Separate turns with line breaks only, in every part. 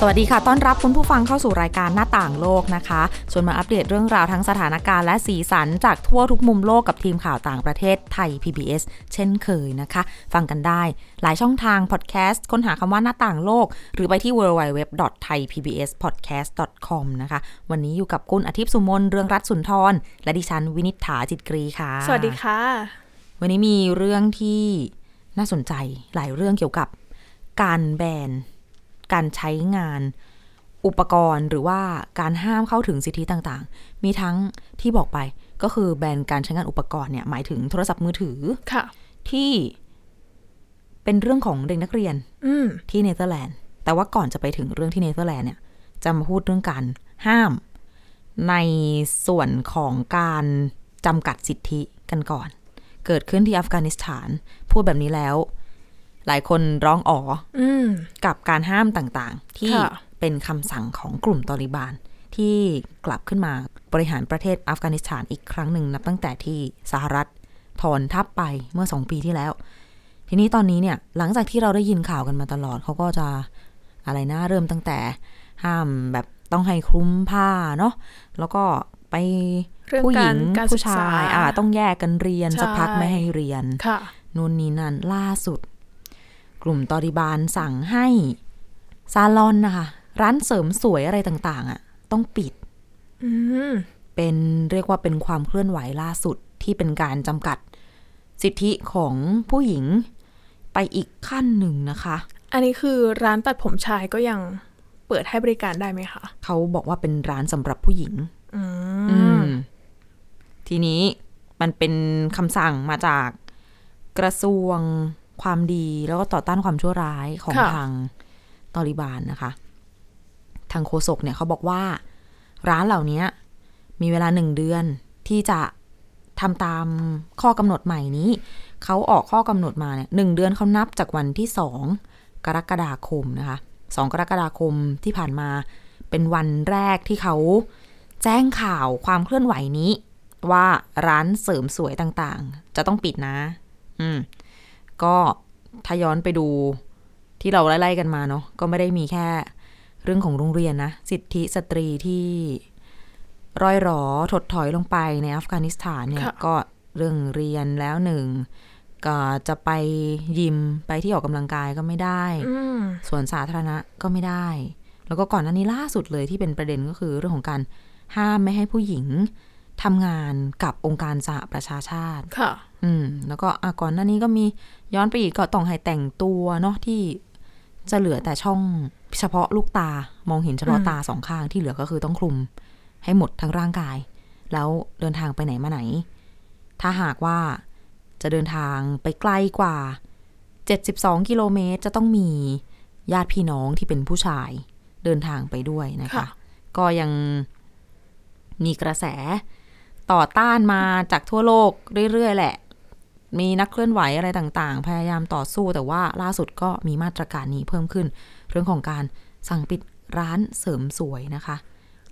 สวัสดีค่ะ ต้อนรับคุณผู้ฟังเข้าสู่รายการหน้าต่างโลกนะคะ ชวนมาอัปเดตเรื่องราวทั้งสถานการณ์และสีสันจากทั่วทุกมุมโลกกับทีมข่าวต่างประเทศไทย PBS เช่นเคยนะคะ ฟังกันได้ หลายช่องทางพอดแคสต์ค้นหาคำว่าหน้าต่างโลก หรือไปที่ www.thaipbspodcast.com นะคะ วันนี้อยู่กับคุณอาทิตย์สุมนเรืองรัตน์สุนทร และดิฉันวินิษฐาจิตกรีค่ะ
สวัสดีค่ะ
วันนี้มีเรื่องที่น่าสนใจหลายเรื่องเกี่ยวกับการแบน การใช้งาน อุปกรณ์หรือว่าการห้ามเข้าถึงสิทธิต่างๆ มีทั้งที่บอกไปก็คือแบนการใช้งานอุปกรณ์เนี่ยหมายถึงโทรศัพท์มือถือ
ค่ะ
ที่เป็นเรื่องของเด็กนักเรียน
อืม
ที่เนเธอร์แลนด์ แต่ว่าก่อนจะไปถึงเรื่องที่เนเธอร์แลนด์เนี่ยจะมาพูดเรื่องการห้าม ในส่วนของการจำกัดสิทธิกันก่อน เกิดขึ้นที่อัฟกานิสถาน พูดแบบนี้แล้ว หลายคนร้องอ๋อ
อืม
กับการห้ามต่างๆ ที่
ค่ะ
เป็นคำสั่งของกลุ่มตอริบาน ที่กลับขึ้นมาบริหารประเทศอัฟกานิสถานอีกครั้งหนึ่งนับตั้งแต่ที่สหรัฐถอนทัพไปเมื่อสองปีที่แล้ว ทีนี้ตอนนี้เนี่ยหลังจากที่เราได้ยินข่าวกันมาตลอดเขาก็จะอะไรนะเริ่มตั้งแต่ห้ามแบบต้องให้คลุมผ้าเนาะแล้วก็ไป
เรื่อง
ผู้ห
กา
ญิ
รง การศึ
ผู้
กษ
ชายอ่าต้องแยกกันเรียน
ใช่
สักพักไม่ให้เรียน
ค่ะ
นู่นนี่นั่นล่าสุด กลุ่มตอริบานสั่งให้ ซาลอนนะคะ ร้านเสริมสวยอะไรต่าง ๆ อ่ะ ต้องปิด
อืม
เป็นเรียกว่าเป็นความเคลื่อนไหวล่าสุดที่เป็นการจำกัดสิทธิของผู้หญิงไปอีกขั้นหนึ่งนะคะ
อันนี้คือร้านตัดผมชายก็ยังเปิดให้บริการได้ไหมคะ
เขาบอกว่าเป็นร้านสำหรับผู้หญิง
อื
อื
ม
ม ทีนี้มันเป็นคำสั่งมาจากกระทรวงความดีแล้วก็ต่อต้านความชั่วร้ายของ
ค่ะ
ทางตอริบานนะคะ ทางโฆษกเนี่ยเขาบอกว่า ร้านเหล่านี้มีเวลาหนึ่งเดือนที่จะทำตามข้อกำหนดใหม่นี้ เขาออกข้อกำหนดมาเนี่ยหนึ่งเดือนเขานับจากวันที่สองกรกฎาคมนะคะสองกรกฎาคมที่ผ่านมาเป็นวันแรกที่เขาแจ้งข่าวความเคลื่อนไหวนี้ ว่าร้านเสริมสวยต่างๆ จะต้องปิดนะ อืม ก็ถ้าย้อนไปดูที่เราไล่ๆกันมาเนาะก็ไม่ได้มีแค่เรื่องของโรงเรียนนะ สิทธิสตรีที่ร้อยหรอถดถอยลงไปในอัฟกานิสถานเนี่ย
ค่ะ
ก็เรื่องเรียนแล้วหนึ่ง ก็จะไปยิมไปที่ออกกำลังกายก็ไม่ได้
อืม
สวนสาธารณะก็ไม่ได้ แล้วก็ก่อนหน้านี้ล่าสุดเลยที่เป็นประเด็นก็คือเรื่องของการห้ามไม่ให้ผู้หญิงทำงานกับองค์การสหประชาชาติ
ค่ะ
อืม แล้วก็อ่ะก่อนหน้านี้ก็มีย้อนไปอีกก็ต้องให้แต่งตัวเนาะที่จะเหลือแต่ช่องเฉพาะลูกตามองเห็นเฉพาะ
อืม
ตาสองข้างที่เหลือก็คือต้องคลุมให้หมดทั้งร่างกาย แล้วเดินทางไปไหนมาไหน ถ้าหากว่าจะเดินทางไปไกลกว่า 72 กิโลเมตรจะต้องมีญาติพี่น้องที่เป็นผู้ชายเดินทางไปด้วยนะคะ
ค่ะ
ก็ยังมีกระแสต่อต้านมาจากทั่วโลกเรื่อย ๆ แหละ มีนักเคลื่อนไหวอะไรต่าง ๆ พยายามต่อสู้แต่ว่าล่าสุดก็มีมาตรการนี้เพิ่มขึ้น เรื่องของการสั่งปิดร้านเสริมสวยนะคะ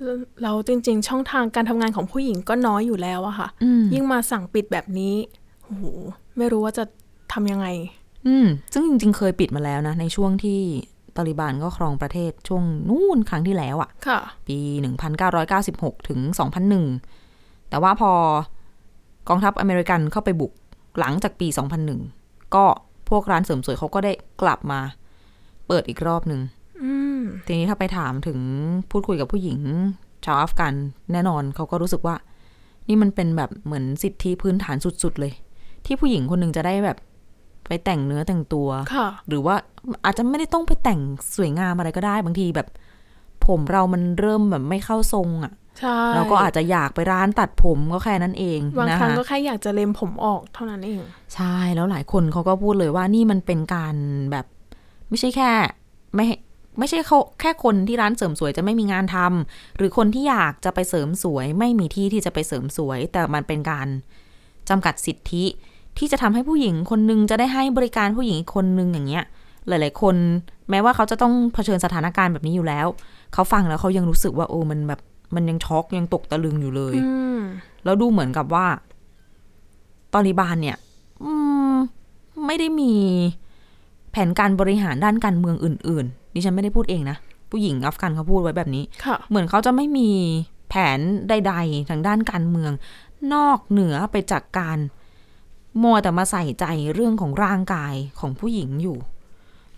แล้วเราจริง ๆ ช่องทางการทำงานของผู้หญิงก็น้อยอยู่แล้วอะค่ะ
อืม
ยิ่งมาสั่งปิดแบบนี้โอ้โหไม่รู้ว่าจะทำยังไง
อืม ซึ่งจริง ๆ เคยปิดมาแล้วนะ ในช่วงที่ตาลิบันก็ครองประเทศช่วงนู่นครั้งที่แล้วอะ
ค่ะ
ปี 1996 ถึง 2001 แต่ว่าพอกองทัพอเมริกันเข้าไปบุกหลังจากปี 2001 ก็พวกร้านเสริมสวยเขาก็ได้กลับมา เปิดอีกรอบหนึ่ง
อืม
ทีนี้ถ้าไปถามถึงพูดคุยกับผู้หญิง ชาวอัฟกันแน่นอนเขาก็รู้สึกว่า นี่มันเป็นแบบเหมือนสิทธิพื้นฐานสุดๆเลย ที่ผู้หญิงคนหนึ่งจะได้แบบไปแต่งเนื้อแต่งตัว
ค่ะ
หรือว่าอาจจะไม่ได้ต้องไปแต่งสวยงามอะไรก็ได้ บางทีแบบ ผมเรามันเริ่มแบบไม่เข้าทรงอะ่ะ
ใช่
เราก็อาจจะอยากไปร้านตัดผมก็แค่นั้นเอง
บาง
นะ
ครั้ง
คะ
ก็แค่อยากจะเล็มผมออกเท่านั้นเอง
ใช่แล้วหลายคนเขาก็พูดเลยว่านี่มันเป็นการแบบ ไม่ใช่แค่ ไม่ให้ไม่ใช่เขาแค่คนที่ร้านเสริมสวยจะไม่มีงานทำหรือคนที่อยากจะไปเสริมสวย ไม่มีที่ที่จะไปเสริมสวย แต่มันเป็นการจำกัดสิทธิ ที่จะทำให้ผู้หญิงคนนึงจะได้ให้บริการผู้หญิงอีกคนนึงอย่างเงี้ย หลาย ๆ คน แม้ว่าเขาจะต้องเผชิญสถานการณ์แบบนี้อยู่แล้ว เขาฟังแล้วเขายังรู้สึกว่าโอ้มันแบบมันยังช็อกยังตกตะลึงอยู่เลย
อืม
แล้วดูเหมือนกับว่า ตอริบานเนี่ย อืม ไม่ได้มีแผนการบริหารด้านการเมืองอื่น ๆ ดิฉันไม่ได้พูดเองนะ ผู้หญิงอัฟกันเขาพูดไว้แบบนี้
ค่ะ
เหมือนเขาจะไม่มีแผนใด ๆ ทางด้านการเมือง นอกเหนือไปจากการมัวแต่มาใส่ใจเรื่องของร่างกายของผู้หญิงอยู่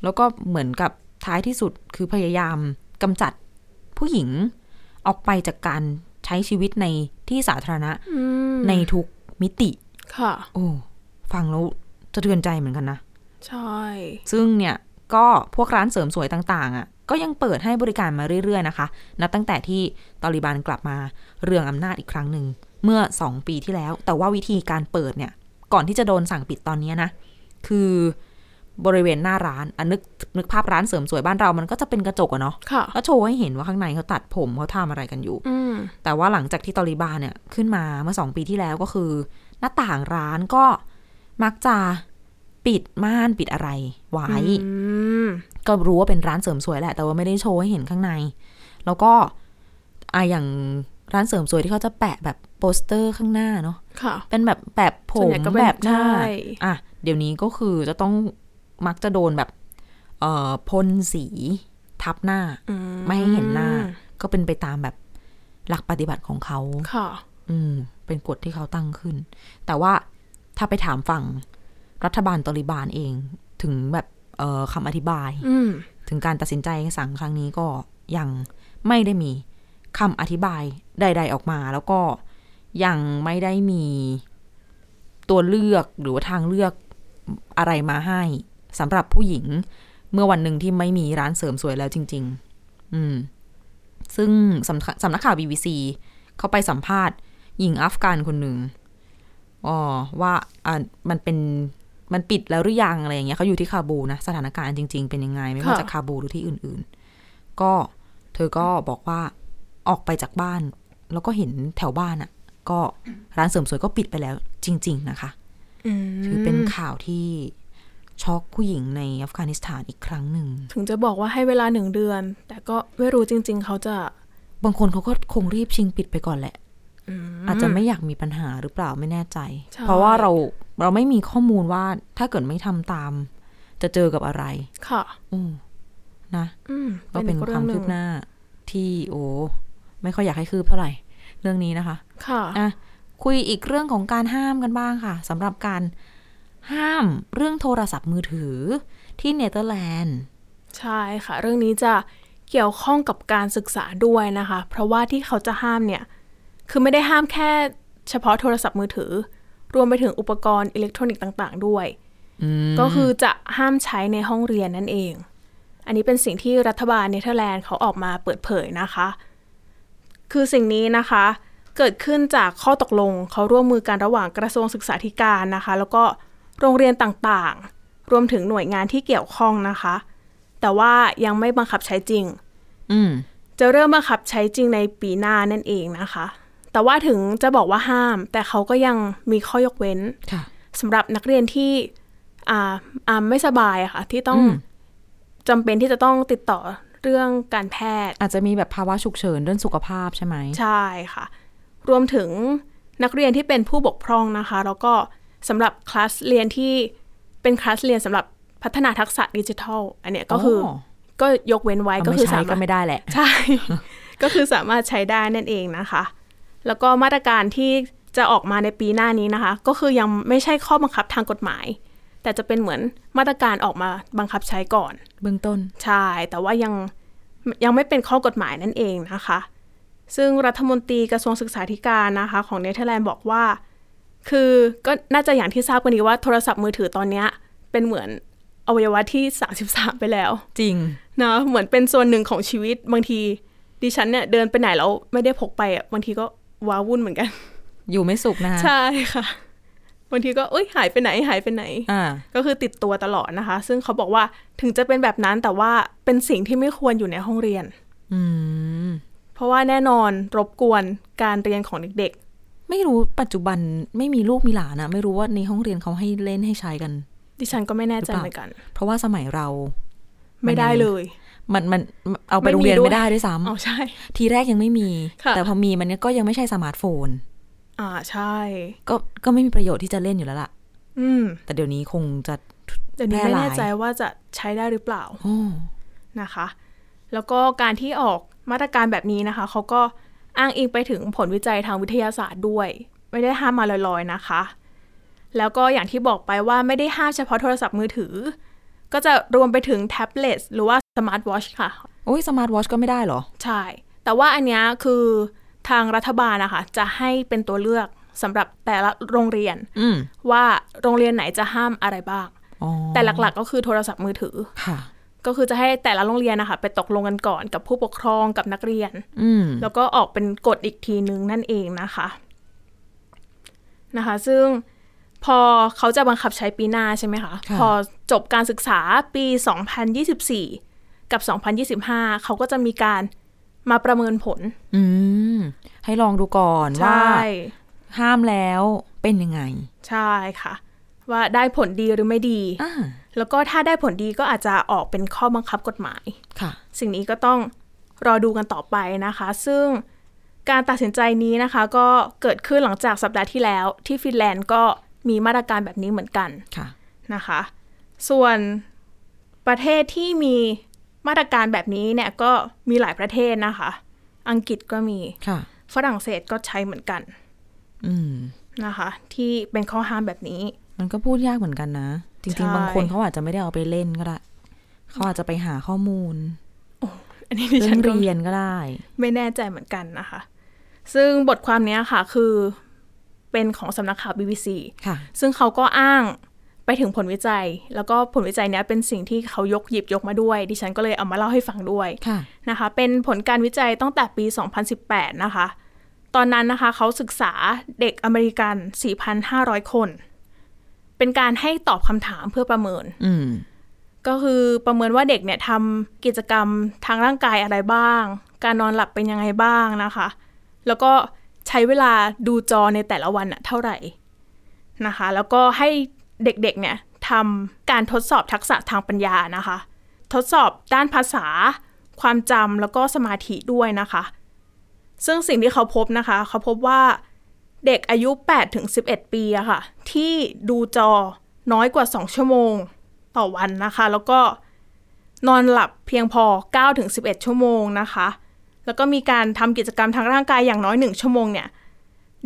แล้วก็เหมือนกับท้ายที่สุดคือพยายามกำจัดผู้หญิงออกไปจากการใช้ชีวิตในที่สาธารณะ
อืม
ในทุกมิติ
ค่ะ
โอ้ฟังแล้วสะเทือนใจเหมือนกันนะ
ใช่
ซึ่งเนี่ยก็พวกร้านเสริมสวยต่างๆอ่ะก็ยังเปิดให้บริการมาเรื่อยๆนะคะ นับตั้งแต่ที่ตอริบันกลับมาเรืองอำนาจอีกครั้งหนึ่งเมื่อ 2 ปีที่แล้ว แต่ว่าวิธีการเปิดเนี่ย ก่อนที่จะโดนสั่งปิดตอนเนี้ยนะ คือบริเวณหน้าร้านอะนึกนึกภาพร้านเสริมสวยบ้านเรามันก็จะเป็นกระจกอะเนาะ
ค่ะ
ก็โชว์ให้เห็นว่าข้างในเขาตัดผมเขาทำอะไรกันอยู่
อืม
แต่ว่าหลังจากที่ตอริบานเนี่ยขึ้นมาเมื่อสองปีที่แล้วก็คือ หน้าต่างร้านก็มักจะปิดม่านปิดอะไรไว้
อืม
ก็รู้ว่าเป็นร้านเสริมสวยแหละ แต่ว่าไม่ได้โชว์ให้เห็นข้างใน แล้วก็อะอย่างร้านเสริมสวยที่เขาจะแปะแบบโปสเตอร์ข้างหน้าเนาะ
ค่ะ
เป็นแบบแบบผ
ส่
ม
วนใหญ่ก็เป็น
แบบหน้า
ใช่
อ่ะเดี๋ยวนี้ก็คือจะต้องมักจะโดนแบบเอ่อพ่นสีทับหน้า
อื
ไม่ให้เห็นหน้า ก็เป็นไปตามแบบหลักปฏิบัติของเขา
ค่ะ
อืม เป็นกฎที่เขาตั้งขึ้น แต่ว่าถ้าไปถามฝั่งรัฐบาลตอริบานเอง ถึงแบบเอ่อคำอธิบาย
อืม
ถึงการตัดสินใจสั่งครั้งนี้ก็ยังไม่ได้มีคำอธิบายใด ๆออกมา แล้วก็ยังไม่ได้มีตัวเลือกหรือว่าทางเลือกอะไรมาให้สำหรับผู้หญิง เมื่อวันหนึ่งที่ไม่มีร้านเสริมสวยแล้วจริง ๆ อืม ซึ่งสำนักสำนักข่าว BBC เขาไปสัมภาษณ์หญิงอัฟกันคนหนึ่งอ๋อว่าอ่ามันเป็น มันปิดแล้วหรือยังอะไรอย่างเงี้ยเขาอยู่ที่คาบูนะ สถานการณ์จริง ๆ เป็นยังไง ไม่ว่าจะคาบูหรือที่อื่นๆ ก็เธอก็บอกว่าออกไปจากบ้าน แล้วก็เห็นแถวบ้านอะ่ะ ก็ร้านเสริมสวยก็ปิดไปแล้วจริง ๆ นะคะ
อืม
ถือเป็นข่าวที่ช็อกผู้หญิงในอัฟกานิสถานอีกครั้งหนึ่ง
ถึงจะบอกว่าให้เวลาหนึ่งเดือน แต่ก็ไม่รู้จริง ๆ เขาจะ
บางคนเขาก็คงรีบชิงปิดไปก่อนแหละ อาจจะไม่อยากมีปัญหาหรือเปล่าไม่แน่ใจ
ใช่
เพราะว่าเราเราไม่มีข้อมูลว่าถ้าเกิดไม่ทำตาม จะเจอกับอะไร
ค่ะ
อืมนะ
อืม
ก็เป็น
อี
ความคืบ
รื่องห
ห
นึ่ง
น้าที่โอ้ไม่ค่อยอยากให้คืบเท่าไหร่ เรื่องนี้นะคะ
ค่ะ
อ่ะ คุยอีกเรื่องของการห้ามกันบ้างค่ะสำหรับการห้ามเรื่องโทรศัพท์มือถือที่เนเธอร์แลนด์
ใช่ค่ะ เรื่องนี้จะเกี่ยวข้องกับการศึกษาด้วยนะคะ เพราะว่าที่เขาจะห้ามเนี่ย คือไม่ได้ห้ามแค่เฉพาะโทรศัพท์มือถือ รวมไปถึงอุปกรณ์อิเล็กทรอนิกส์ต่าง ๆ ด้วย ก็คือจะห้ามใช้ในห้องเรียนนั่นเอง อันนี้เป็นสิ่งที่รัฐบาลเนเธอร์แลนด์เขาออกมาเปิดเผยนะคะ คือสิ่งนี้นะคะ เกิดขึ้นจากข้อตกลงเขาร่วมมือกันระหว่างกระทรวงศึกษาธิการนะคะ แล้วก็โรงเรียนต่างๆ รวมถึงหน่วยงานที่เกี่ยวข้องนะคะ แต่ว่ายังไม่บังคับใช้จริง
อืม
จะเริ่มบังคับใช้จริงในปีหน้านั่นเองนะคะ แต่ว่าถึงจะบอกว่าห้าม แต่เขาก็ยังมีข้อยกเว้น
ค่ะ
สำหรับนักเรียนที่อ่าอ่าไม่สบายอะค่ะ ที่ต้อง
อืม
จำเป็นที่จะต้องติดต่อเรื่องการแพทย์
อาจจะมีแบบภาวะฉุกเฉินเรื่องสุขภาพใช่ไหม
ใช่ค่ะ รวมถึงนักเรียนที่เป็นผู้บกพร่องนะคะ แล้วก็สำหรับคลาสเรียนที่เป็นคลาสเรียนสำหรับพัฒนาทักษะดิจิทัล อันเนี้ยก็คืออก็ยกเว้นไว้
ไอ้
ก็
ก็
คื
คือ อ
สา
ใช้
มารถ
ก็ไม่ได้แหละ
ใช่ ก็คือสามารถใช้ได้นั่นเองนะคะ แล้วก็มาตรการที่จะออกมาในปีหน้านี้นะคะ ก็คือยังไม่ใช่ข้อบังคับทางกฎหมาย แต่จะเป็นเหมือนมาตรการออกมาบังคับใช้ก่อน
เบื้องต้น
ใช่ แต่ว่ายังยังไม่เป็นข้อกฎหมายนั่นเองนะคะ ซึ่งรัฐมนตรีกระทรวงศึกษาธิการนะคะของเนเธอร์แลนด์บอกว่า คือก็น่าจะอย่างที่ทราบกันดีว่าโทรศัพท์มือถือตอนเนี้ยเป็นเหมือนอวัยวะที่ 33 ไปแล้ว
จริง
นะเหมือนเป็นส่วนหนึ่งของชีวิตบางทีดิฉันเนี่ยเดินไปไหนแล้วไม่ได้พกไปอ่ะบางทีก็ว้าวุ่นเหมือนกัน
อยู่ไม่สุขนะคะ
ใช่ค่ะบางทีก็เอ้ยหายไปไหนหายไปไหน
อ่า
ก็คือติดตัวตลอดนะคะ ซึ่งเขาบอกว่าถึงจะเป็นแบบนั้นแต่ว่าเป็นสิ่งที่ไม่ควรอยู่ในห้องเรียน
อืม
เพราะว่าแน่นอนรบกวนการเรียนของเด็ก
ไม่รู้ปัจจุบันไม่มีลูกมีหลานนะไม่รู้ว่าในห้องเรียนเขาให้เล่นให้ใช้กัน
ๆ ดิฉันก็ไม่แน่ใจ
หรือเปล่า
เหมือนกัน
เพราะว่าสมัยเรา
ไม่ได้เลย
มันมันเอาไปโรงเรียนไม่ได้ด้วยซ้
อ๋อใช่
ำทีแรกยังไม่มี
ค่ะ
แต่พอมีมันก็ยังไม่ใช่สมาร์ทโฟน
อ่าใช่
ก็ก็ไม่มีประโยชน์ที่จะเล่นอยู่แล้วล่ะ
อืม
แต่เดี๋ยวนี้คงจะ
เดี๋ยวนี้
แพร่
ไม่
หลาย
แน่ใจว่าจะใช้ได้หรือเปล่า
อ้อ
นะคะ แล้วก็การที่ออกมาตรการแบบนี้นะคะ เขาก็อ้างอิงไปถึงผลวิจัยทางวิทยาศาสตร์ด้วย ไม่ได้ห้ามมาลอยๆนะคะ แล้วก็อย่างที่บอกไปว่าไม่ได้ห้ามเฉพาะโทรศัพท์มือถือ ก็จะรวมไปถึงแท็บเล็ตหรือว่าสมาร์ทวอชค่ะ
โอ้ยสมาร์ทวอชก็ไม่ได้เหรอ
ใช่ แต่ว่าอันเนี้ยคือทางรัฐบาลนะคะจะให้เป็นตัวเลือกสำหรับแต่ละโรงเรียน
อืม
ว่าโรงเรียนไหนจะห้ามอะไรบ้าง
อ๋อ
แต่หลักๆก็คือโทรศัพท์มือถือ
ค่ะ
ก็คือจะให้แต่ละโรงเรียนนะคะไปตกลงกันก่อนกับผู้ปกครองกับนักเรียน
อืม
แล้วก็ออกเป็นกฎอีกทีนึงนั่นเองนะคะนะคะ ซึ่งพอเขาจะบังคับใช้ปีหน้าใช่ไหมคะ
ค่ะ
พอจบการศึกษาปี 2024 กับ 2025 เขาก็จะมีการมาประเมินผล
อืมให้ลองดูก่อน
ใช
ว่า
่
ห้ามแล้วเป็นยังไง
ใช่ค่ะ ว่าได้ผลดีหรือไม่ดี
อ่า
แล้วก็ถ้าได้ผลดีก็อาจจะออกเป็นข้อบังคับกฎหมาย
ค่ะ
สิ่งนี้ก็ต้องรอดูกันต่อไปนะคะ ซึ่งการตัดสินใจนี้นะคะ ก็เกิดขึ้นหลังจากสัปดาห์ที่แล้ว ที่ฟินแลนด์ก็มีมาตรการแบบนี้เหมือนกัน
ค่ะ
นะคะ ส่วนประเทศที่มีมาตรการแบบนี้เนี่ยก็มีหลายประเทศนะคะ อังกฤษก็มี
ค่ะ
ฝรั่งเศสก็ใช้เหมือนกัน
อืม
นะคะ ที่เป็นข้อห้ามแบบนี้
มันก็พูดยากเหมือนกันนะ จ
ใช่
ริง ๆ บางคนเขาอาจจะไม่ได้เอาไปเล่นก็ได้เขาอาจจะไปหาข้อมูล
อันนี้ดิ
เรื่
ฉั
อน ง
ก็
เรียนก็ได้
ไม่แน่ใจเหมือนกันนะคะ ซึ่งบทความเนี้ยค่ะคือเป็นของสำนักข่าว BBC
ค่ะ
ซึ่งเขาก็อ้างไปถึงผลวิจัย แล้วก็ผลวิจัยเนี้ยเป็นสิ่งที่เขายกหยิบยกมาด้วย ดิฉันก็เลยเอามาเล่าให้ฟังด้วย
ค่ะ
นะคะ เป็นผลการวิจัยตั้งแต่ปี 2018 นะคะ ตอนนั้นนะคะเขาศึกษาเด็กอเมริกัน 4,500 คน เป็นการให้ตอบคำถามเพื่อประเมิน
อืม
ก็คือประเมินว่าเด็กเนี่ยทำกิจกรรมทางร่างกายอะไรบ้าง การนอนหลับเป็นยังไงบ้างนะคะ แล้วก็ใช้เวลาดูจอในแต่ละวันน่ะเท่าไหร่นะคะ แล้วก็ให้เด็กๆเนี่ยทำการทดสอบทักษะทางปัญญานะคะ ทดสอบด้านภาษา ความจำแล้วก็สมาธิด้วยนะคะ ซึ่งสิ่งที่เขาพบนะคะ เขาพบว่าเด็กอายุ 8-11 ปีอะค่ะ ที่ดูจอน้อยกว่า 2 ชั่วโมง ต่อวันนะคะ แล้วก็นอนหลับเพียงพอ 9-11 ชั่วโมงนะคะ แล้วก็มีการทำกิจกรรมทางร่างกายอย่างน้อย 1 ชั่วโมงเนี่ย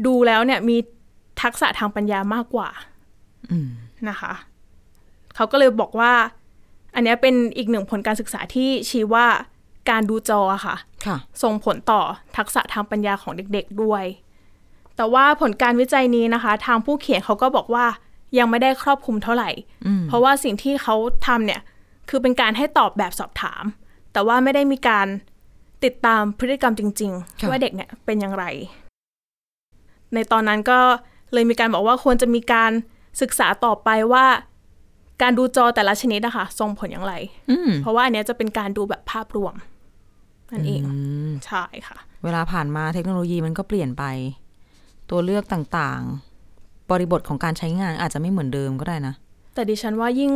ดูแล้วเนี่ยมีทักษะทางปัญญามากกว่า
อืม
นะคะ เขาก็เลยบอกว่า อันเนี้ยเป็นอีกหนึ่งผลการศึกษาที่ชี้ว่าการดูจออะค่ะ
ค่ะ
ส่งผลต่อทักษะทางปัญญาของเด็กๆด้วย แต่ว่าผลการวิจัยนี้นะคะ ทางผู้เขียนเขาก็บอกว่ายังไม่ได้ครอบคลุมเท่าไหร่
อืม
เพราะว่าสิ่งที่เขาทำเนี่ย คือเป็นการให้ตอบแบบสอบถาม แต่ว่าไม่ได้มีการติดตามพฤติกรรมจริง
ค่ะ
ๆ ว่าเด็กเนี่ยเป็นอย่างไร ในตอนนั้นก็เลยมีการบอกว่าควรจะมีการศึกษาต่อไปว่า การดูจอแต่ละชนิดนะคะส่งผลอย่างไร
อืม
เพราะว่าอันเนี้ยจะเป็นการดูแบบภาพรวมนั่นเอง
อืม
ใช่ค่ะ
เวลาผ่านมาเทคโนโลยีมันก็เปลี่ยนไป ตัวเลือกต่างๆ บริบทของการใช้งานอาจจะไม่เหมือนเดิมก็ได้นะ
แต่ดิฉันว่ายิ่ง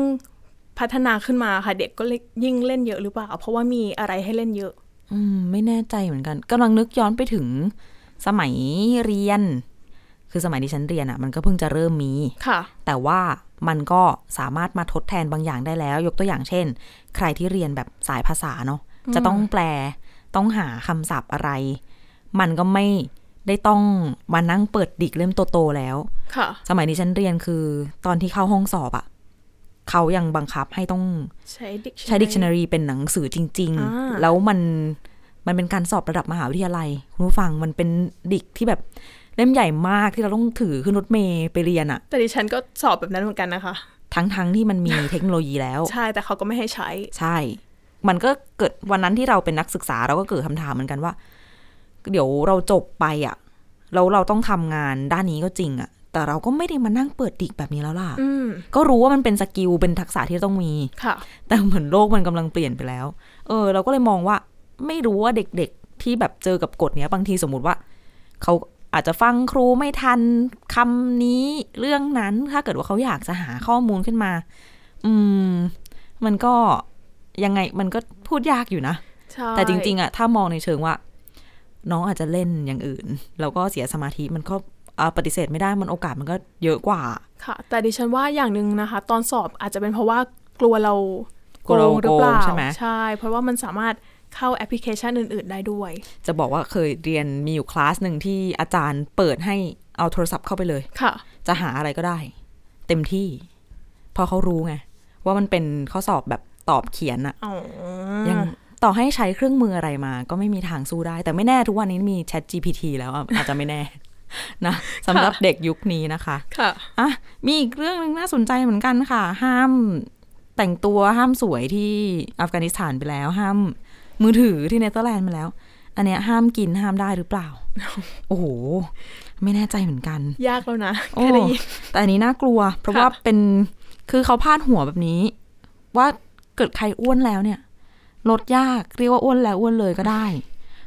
พัฒนาขึ้นมาค่ะ เด็กก็เลยยิ่งเล่นเยอะหรือเปล่า เพราะว่ามีอะไรให้เล่นเยอะ
อืม ไม่แน่ใจเหมือนกันกำลังนึกย้อนไปถึงสมัยเรียน คือสมัยที่ฉันเรียนอะ่ะ มันก็เพิ่งจะเริ่มมี
ค่ะ
แต่ว่ามันก็สามารถมาทดแทนบางอย่างได้แล้ว ยกตัวอย่างเช่น ใครที่เรียนแบบสายภาษาเนาะจะต้องแปลต้องหาคำศัพท์อะไร มันก็ไม่ได้ต้องมานั่งเปิดดิกเล่มโตๆแล้ว
ค่ะ
สมัยที่ฉันเรียนคือตอนที่เข้าห้องสอบอะเขายังบังคับให้ต้อง
ใช้ dictionary
ใช้ dictionary เป็นหนังสือจริง
อ่า
ๆ แล้วมันมันเป็นการสอบระดับมหาวิทยาลัยคุณผู้ฟังมันเป็นดิกที่แบบเล่มใหญ่มากที่เราต้องถือขึ้นรถเมย์ไปเรียนอะ
แต่ดิฉันก็สอบแบบนั้นเหมือนกันนะคะ
ทั้งๆที่มันมีเทคโนโลยีแล้ว
ใช่ แต่เขาก็ไม่ให้ใช้
ใช่ มันก็เกิดวันนั้นที่เราเป็นนักศึกษาเราก็เกิดคำถามเหมือนกันว่า เดี๋ยวเราจบไปอะ่ะเราเราต้องทำงานด้านนี้ก็จริงอะ่ะ แต่เราก็ไม่ได้มานั่งเปิดดิกแบบนี้แล้วล่ะ
อืม
ก็รู้ว่ามันเป็นสกิลเป็นทักษะที่ต้องมี
ค่ะ
แต่เหมือนโลกมันกำลังเปลี่ยนไปแล้ว เออ เราก็เลยมองว่า ไม่รู้ว่าเด็กๆ ที่แบบเจอกับกฎเนี้ยบางทีสมมติว่า เขาอาจจะฟังครูไม่ทันคำนี้เรื่องนั้น ถ้าเกิดว่าเขาอยากจะหาข้อมูลขึ้นมา อืม มันก็ ยังไงมันก็พูดยากอยู่นะ
ใช่
แต่จริง ๆอะถ้ามองในเชิงว่า น้องอาจจะเล่นอย่างอื่น แล้วก็เสียสมาธิมันก็อ่าปฏิเสธไม่ได้มันโอกาสมันก็เยอะกว่า
ๆค่ะ แต่ดิฉันว่าอย่างหนึ่งนะคะ ตอนสอบอาจจะเป็นเพราะว่ากลัวเรา
กลัวเรา
หรือเปล่า
โกงใช่ไหม
ใช่ เพราะว่ามันสามารถเข้าแอปพลิเคชันอื่น ๆ ได้ด้วย
จะบอกว่าเคยเรียนมีอยู่คลาสหนึ่งที่อาจารย์เปิดให้เอาโทรศัพท์เข้าไปเลย
ค่ะ
จะหาอะไรก็ได้ เต็มที่ เพอเขารู้ไง ว่ามันเป็นข้อสอบแบบตอบเขียนอะ
อ๋อ
ยังต่อให้ใช้เครื่องมืออะไรมา ก็ไม่มีทางสู้ได้ แต่ไม่แน่ทุกวันนี้มี Chat GPT แล้วอะอาจจะไม่แน่ นะสำหรับเด็กยุคนี้นะคะ
ค่ะ
อ่ะมีอีกเรื่องหนึ่งน่าสนใจเหมือนกันค่ะ ห้ามแต่งตัวห้ามสวยที่อัฟกานิสถานไปแล้ว ห้ามมือถือที่เนเธอร์แลนด์ไปแล้ว อันเนี้ยห้ามกินห้ามได้หรือเปล่า โอ้โห ไม่แน่ใจเหมือนกัน
ยากแล้วนะ
โอ้
แค่ได้ยิน
แต่อันนี้น่ากลัว เพราะ
ค่ะ
ว่าเป็นคือเขาพาดหัวแบบนี้ ว่าเกิดใครอ้วนแล้วเนี่ย ลดยากเรียกว่าอ้วนแล้วอ้วนเลยก็ได้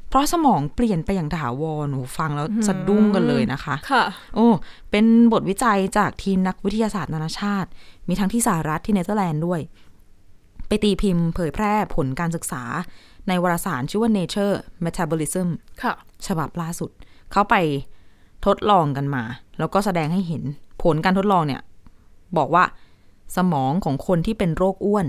เพราะสมองเปลี่ยนไปอย่างถาวรโอ้โหฟังแล้วสะดุ้งกันเลยนะคะ
ค่ะ
โอ้ เป็นบทวิจัยจากทีมนักวิทยาศาสตร์นานาชาติ มีทั้งที่สหรัฐที่เนเธอร์แลนด์ด้วย ไปตีพิมพ์เผยแพร่ผลการศึกษา ในวารสารชื่อว่า Nature Metabolism
ค่ะ
ฉบับล่าสุด เขาไปทดลองกันมา แล้วก็แสดงให้เห็นผลการทดลองเนี่ย บอกว่าสมองของคนที่เป็นโรคอ้วน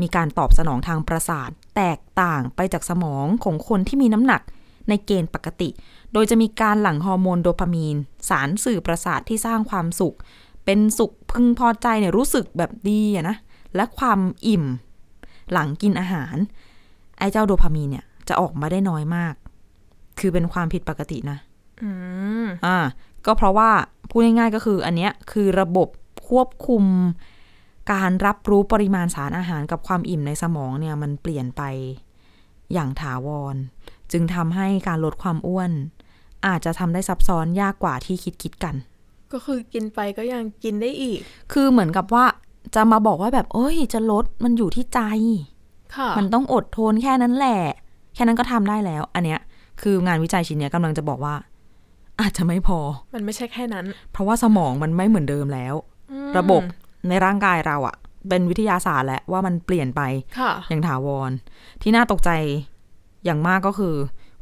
มีการตอบสนองทางประสาท แตกต่างไปจากสมองของคนที่มีน้ำหนักในเกณฑ์ปกติ โดยจะมีการหลั่งฮอร์โมนโดปามีน สารสื่อประสาทที่สร้างความสุข เป็นสุขพึงพอใจเนี่ยรู้สึกแบบดีอะนะ และความอิ่ม หลังกินอาหาร ไอ้เจ้าโดพามีนเนี่ยจะออกมาได้น้อยมาก คือเป็นความผิดปกตินะ
อืม
อ่า ก็เพราะว่าพูดง่ายๆก็คืออันเนี้ยคือระบบควบคุม การรับรู้ปริมาณสารอาหารกับความอิ่มในสมองเนี่ยมันเปลี่ยนไปอย่างถาวร จึงทำให้การลดความอ้วน อาจจะทำได้ซับซ้อนยากกว่าที่คิดคิดๆกัน
ก็คือกินไปก็ยังกินได้อีก
คือเหมือนกับว่าจะมาบอกว่าแบบเอ้ย จะลดมันอยู่ที่ใจ
ค่ะ
มันต้องอดทนแค่นั้นแหละ แค่นั้นก็ทำได้แล้ว อันเนี้ยคืองานวิจัยชิ้นเนี้ยกำลังจะบอกว่า อาจจะไม่พอ
มันไม่ใช่แค่นั้น
เพราะว่าสมองมันไม่เหมือนเดิมแล้ว ระบบในร่างกายเราอะเป็นวิทยาศาสตร์แหละว่ามันเปลี่ยนไป
ค่ะ
อย่างถาวร ที่น่าตกใจอย่างมากก็คือ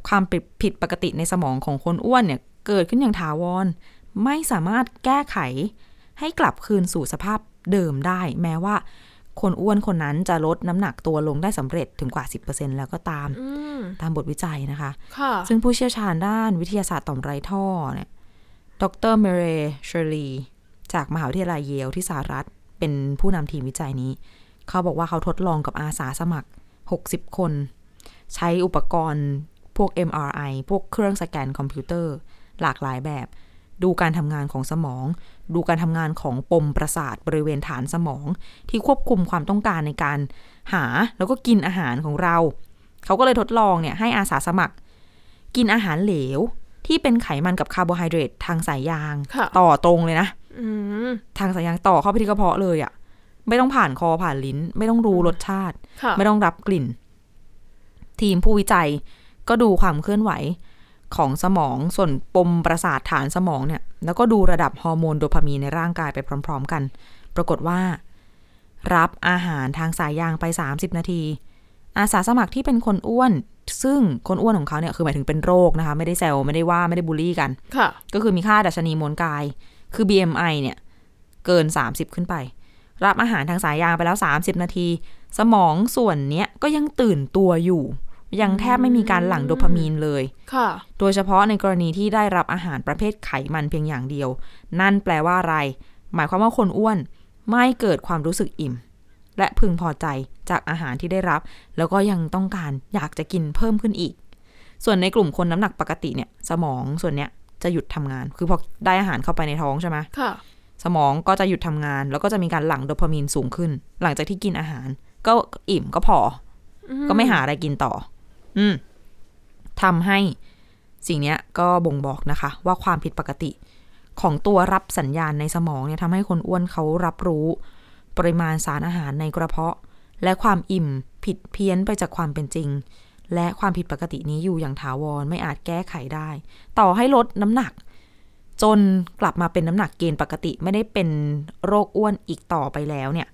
ความผิดผิดปกติในสมองของคนอ้วนเนี่ยเกิดขึ้นอย่างถาวร ไม่สามารถแก้ไข ให้กลับคืนสู่สภาพเดิมได้ แม้ว่า คนอ้วนคนนั้นจะลดน้ำหนักตัวลงได้สำเร็จถึงกว่า 10%แล้วก็ตาม
อืม
ตามบทวิจัยนะคะ
ค่ะ
ซึ่งผู้เชี่ยวชาญด้านวิทยาศาสตร์ต่อมไรท่อเนี่ย ดรเมเรเชอรีจากมหาวิทยาลัยเยลที่สหรัฐ เป็นผู้นำทีมวิจัยนี้ เขาบอกว่าเขาทดลองกับอาสาสมัคร 60 คน ใช้อุปกรณ์พวก MRI พวกเครื่องสแกนคอมพิวเตอร์ หลากหลายแบบ ดูการทำงานของสมอง ดูการทำงานของปมประสาทบริเวณฐานสมอง ที่ควบคุมความต้องการในการหาแล้วก็กินอาหารของเรา เขาก็เลยทดลองเนี่ยให้อาสาสมัคร กินอาหารเหลว ที่เป็นไขมันกับคาร์โบไฮเดรตทางสายยาง
ค่ะ
ต่อตรงเลยนะ
อืม
ทางสายยางต่อเข้าไปที่กระเพาะเลยอะ่ะ ไม่ต้องผ่านคอผ่านลิ้น ไม่ต้องรู้รสชาติ
ค่ะ
ไม่ต้องรับกลิ่น ทีมผู้วิจัยก็ดูความเคลื่อนไหวของสมองส่วนปมประสาทฐานสมองเนี่ย แล้วก็ดูระดับฮอร์โมนโดพามีนในร่างกายไปพร้อม ๆ กัน ปรากฏว่า รับอาหารทางสายยางไป 30 นาที อาสาสมัครที่เป็นคนอ้วน ซึ่งคนอ้วนของเขาเนี่ยคือหมายถึงเป็นโรคนะคะ ไม่ได้แซวไม่ได้ว่าไม่ได้บูลลี่กัน
ค่ะ
ก็คือมีค่าดัชนีมวลกาย คือ BMI เนี่ย เกิน 30 ขึ้นไป รับอาหารทางสายยางไปแล้ว 30 นาที สมองส่วนเนี้ยก็ยังตื่นตัวอยู่ ยังแทบไม่มีการหลั่งโดพามีนเลย
ค่ะ
โดยเฉพาะในกรณีที่ได้รับอาหารประเภทไขมันเพียงอย่างเดียว นั่นแปลว่าอะไร หมายความว่าคนอ้วนไม่เกิดความรู้สึกอิ่ม และพึงพอใจจากอาหารที่ได้รับ แล้วก็ยังต้องการอยากจะกินเพิ่มขึ้นอีก ส่วนในกลุ่มคนน้ำหนักปกติเนี่ย สมองส่วนเนี้ยจะหยุดทำงาน คือพอได้อาหารเข้าไปในท้องใช่ไหม
ค่ะ
สมองก็จะหยุดทำงาน แล้วก็จะมีการหลั่งโดพามีนสูงขึ้น หลังจากที่กินอาหาร ก็อิ่มก็พออก็ไม่หาอะไรกินต่อ อืมทำให้สิ่งเนี้ยก็บ่งบอกนะคะ ว่าความผิดปกติ ของตัวรับสัญญาณในสมองเนี่ยทำให้คนอ้วนเขารับรู้ ปริมาณสารอาหารในกระเพาะ และความอิ่มผิดเพี้ยนไปจากความเป็นจริง และความผิดปกตินี้อยู่อย่างถาวรไม่อาจแก้ไขได้ ต่อให้ลดน้ำหนัก จนกลับมาเป็นน้ำหนักเกณฑ์ปกติไม่ได้เป็นโรคอ้วนอีกต่อไปแล้วเนี่ย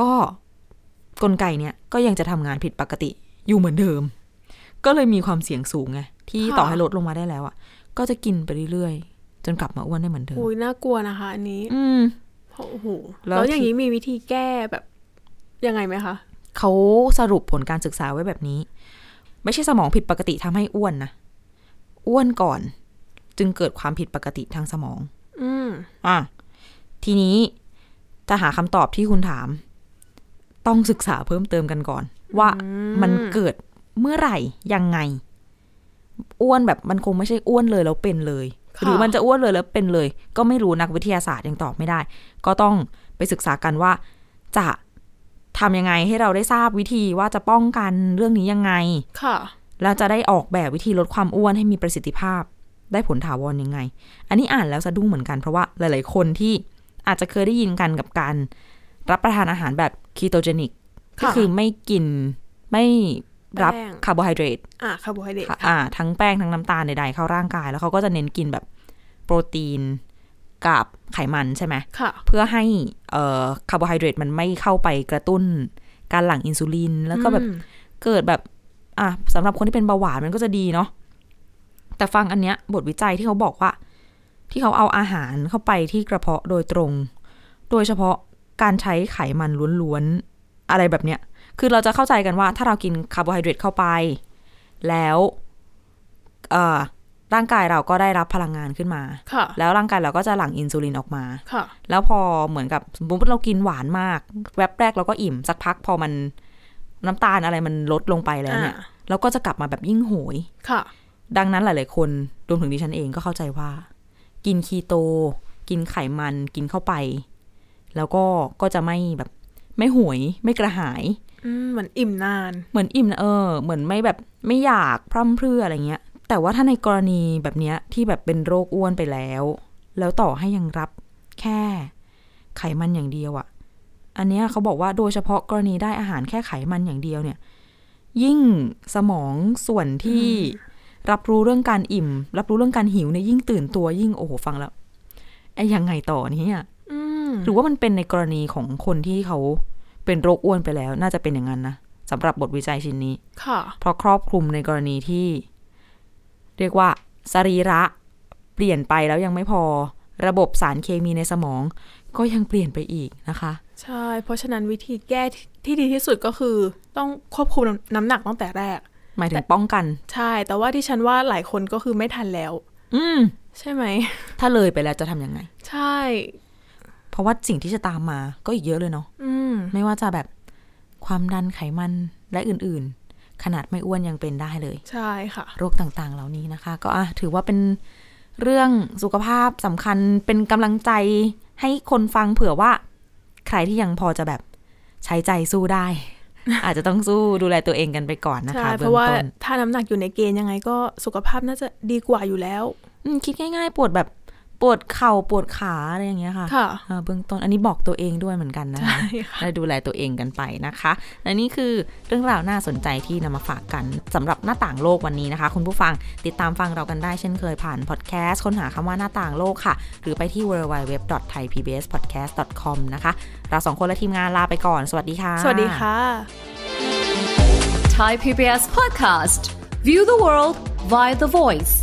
ก็ กลไกเนี่ยก็ยังจะทำงานผิดปกติอยู่เหมือนเดิม ก็เลยมีความเสี่ยงสูงไงที่
ค่ะ
ต่อให้ลดลงมาได้แล้วอ่ะ ก็จะกินไปเรื่อยๆ จนกลับมาอ้วนได้เหมือนเดิม
อุ้ยน่ากลัวนะคะ อันนี้
อืม
เพราะโอ้โห
แล้
แล้ว วอย่าง
ที่
นี้มีวิธีแก้แบบยังไงไหมคะ
เขาสรุปผลการศึกษาไว้แบบนี้ ไม่ใช่สมองผิดปกติทำให้อ้วนนะ อ้วนก่อน จึงเกิดความผิดปกติทางสมอง
อืม
อ่ะทีนี้จะหาคำตอบที่คุณถาม ต้องศึกษาเพิ่มเติมกันก่อน ว่ามันเกิดเมื่อไหร่ยังไง อ้วนแบบมันคงไม่ใช่อ้วนเลยแล้วเป็นเลย หรือมันจะอ้วนเลยแล้วเป็นเลย ก็ไม่รู้นักวิทยาศาสตร์ยังตอบไม่ได้ ก็ต้องไปศึกษากันว่า จะทำยังไงให้เราได้ทราบวิธีว่าจะป้องกันเรื่องนี้ยังไง
ค่ะ
แล้วจะได้ออกแบบวิธีลดความอ้วนให้มีประสิทธิภาพ ได้ผลถาวรยังไง อันนี้อ่านแล้วสะดุ้งเหมือนกันเพราะว่าหลาย ๆ คนที่อาจจะเคยได้ยินกันกับการ รับประทานอาหารแบบคีโตเจนิก
ค่ะ
ก็คือไม่กินไม่รับ
แป้ง
คาร์โบไฮเดรต
อ่ะคาร์โบไฮเดรต
ค่ะอ่า ทั้งแป้งทั้งน้ำตาลใด ๆ เข้าร่างกาย แล้วเขาก็จะเน้นกินแบบโปรตีนกับไขมันใช่ไหม
ค่ะ
เพื่อให้เอ่อคาร์โบไฮเดรตมันไม่เข้าไปกระตุ้น การหลั่งอินซูลิน แล้วก็แบบ
อืม
เกิดแบบอ่ะสำหรับคนที่เป็นเบาหวานมันก็จะดีเนาะแต่ฟังอันเนี้ยบทวิจัยที่เขาบอกว่า ที่เขาเอาอาหารเข้าไปที่กระเพาะโดยตรง โดยเฉพาะการใช้ไขมันล้วนๆ อะไรแบบเนี้ย คือเราจะเข้าใจกันว่าถ้าเรากินคาร์โบไฮเดรตเข้าไป แล้วเอ่อร่างกายเราก็ได้รับพลังงานขึ้นมา
ค่ะ
แล้วร่างกายเราก็จะหลั่งอินซูลินออกมา
ค่ะ
แล้วพอเหมือนกับสมมติเรากินหวานมาก แวบแรกเราก็อิ่มสักพักพอมันน้ำตาลอะไรมันลดลงไปแล้วเนี่ย
อ่า
เราก็จะกลับมาแบบยิ่งโหย
ค่ะ
ดังนั้นหลาย ๆ คน รวมถึงดิฉันเองก็เข้าใจว่า กินคีโต กินไขมันกินเข้าไป แล้วก็ก็จะไม่แบบ ไม่หวยไม่กระหาย
อืมเหมือนอิ่มนาน
เหมือนอิ่มนะเออ เหมือนไม่แบบไม่อยากพร่ำเพรื่ออะไรเงี้ย แต่ว่าถ้าในกรณีแบบเนี้ยที่แบบเป็นโรคอ้วนไปแล้ว แล้วต่อให้ยังรับแค่ไขมันอย่างเดียวอะ่ะ อันเนี้ยเขาบอกว่าโดยเฉพาะกรณีได้อาหารแค่ไขมันอย่างเดียวเนี่ย ยิ่งสมองส่วนที่รับรู้เรื่องการอิ่ม รับรู้เรื่องการหิวเนี่ยยิ่งตื่นตัวยิ่งโอ้โหฟังแล้วไอ้ยังไงต่อเนี่ย
อืม
หรือว่ามันเป็นในกรณีของคนที่เขาเป็นโรคอ้วนไปแล้ว น่าจะเป็นอย่างนั้นนะสำหรับบทวิจัยชิ้นนี้
ค่ะ
เพราะครอบคลุมในกรณีที่ เรียกว่าสรีระเปลี่ยนไปแล้วยังไม่พอ ระบบสารเคมีในสมอง ก็ยังเปลี่ยนไปอีกนะคะ
ใช่ เพราะฉะนั้นวิธีแก้ที่ที่ดีที่สุดก็คือ ต้องควบคุมน้ำน้ำหนักตั้งแต่แรก
หมายถึงป้องกัน
ใช่ แต่ว่าที่ฉันว่าหลายคนก็คือไม่ทันแล้ว
อืม
ใช่ไหม
ถ้าเลยไปแล้วจะทำยังไง
ใช่
เพราะว่าสิ่งที่จะตามมาก็อีกเยอะเลยเนาะ
อืม
ไม่ว่าจะแบบความดันไขมันและอื่นๆ ขนาดไม่อ้วนยังเป็นได้เลย
ใช่ค่ะ
โรคต่างๆ เหล่านี้นะคะ ก็อ่ะถือว่าเป็นเรื่องสุขภาพสำคัญเป็นกำลังใจให้คนฟังเผื่อว่า ใครที่ยังพอจะแบบใช้ใจสู้ได้ อาจจะต้องสู้ดูแลตัวเองกันไปก่อนนะคะ
ใช่ เพ
เบื้อ
ราะ
ง
ว่า
ต้น
ถ้าน้ำหนักอยู่ในเกณฑ์ยังไงก็สุขภาพน่าจะดีกว่าอยู่แล้ว
อืมคิดง่ายๆ ปวดแบบปวดเข่าปวดขาอะไรอย่างเงี้ยค่ะ
ค่ะ
อ่าเบื้องต้นอันนี้บอกตัวเองด้วยเหมือนกันนะคะและดูแลตัวเองกันไปนะคะและนี่คือเรื่องราวน่าสนใจที่นำมาฝากกันสำหรับหน้าต่างโลกวันนี้นะคะ คุณผู้ฟัง ติดตามฟังเรากันได้เช่นเคยผ่านพอดแคสต์ค้นหาคำว่าหน้าต่างโลกค่ะ หรือไปที่ www.thaipbspodcast.com นะคะ เราสองคนและทีมงานลาไปก่อน สวัสดีค่ะ
สวัสดีค่ะ
Thai PBS podcast. View the world via the voice.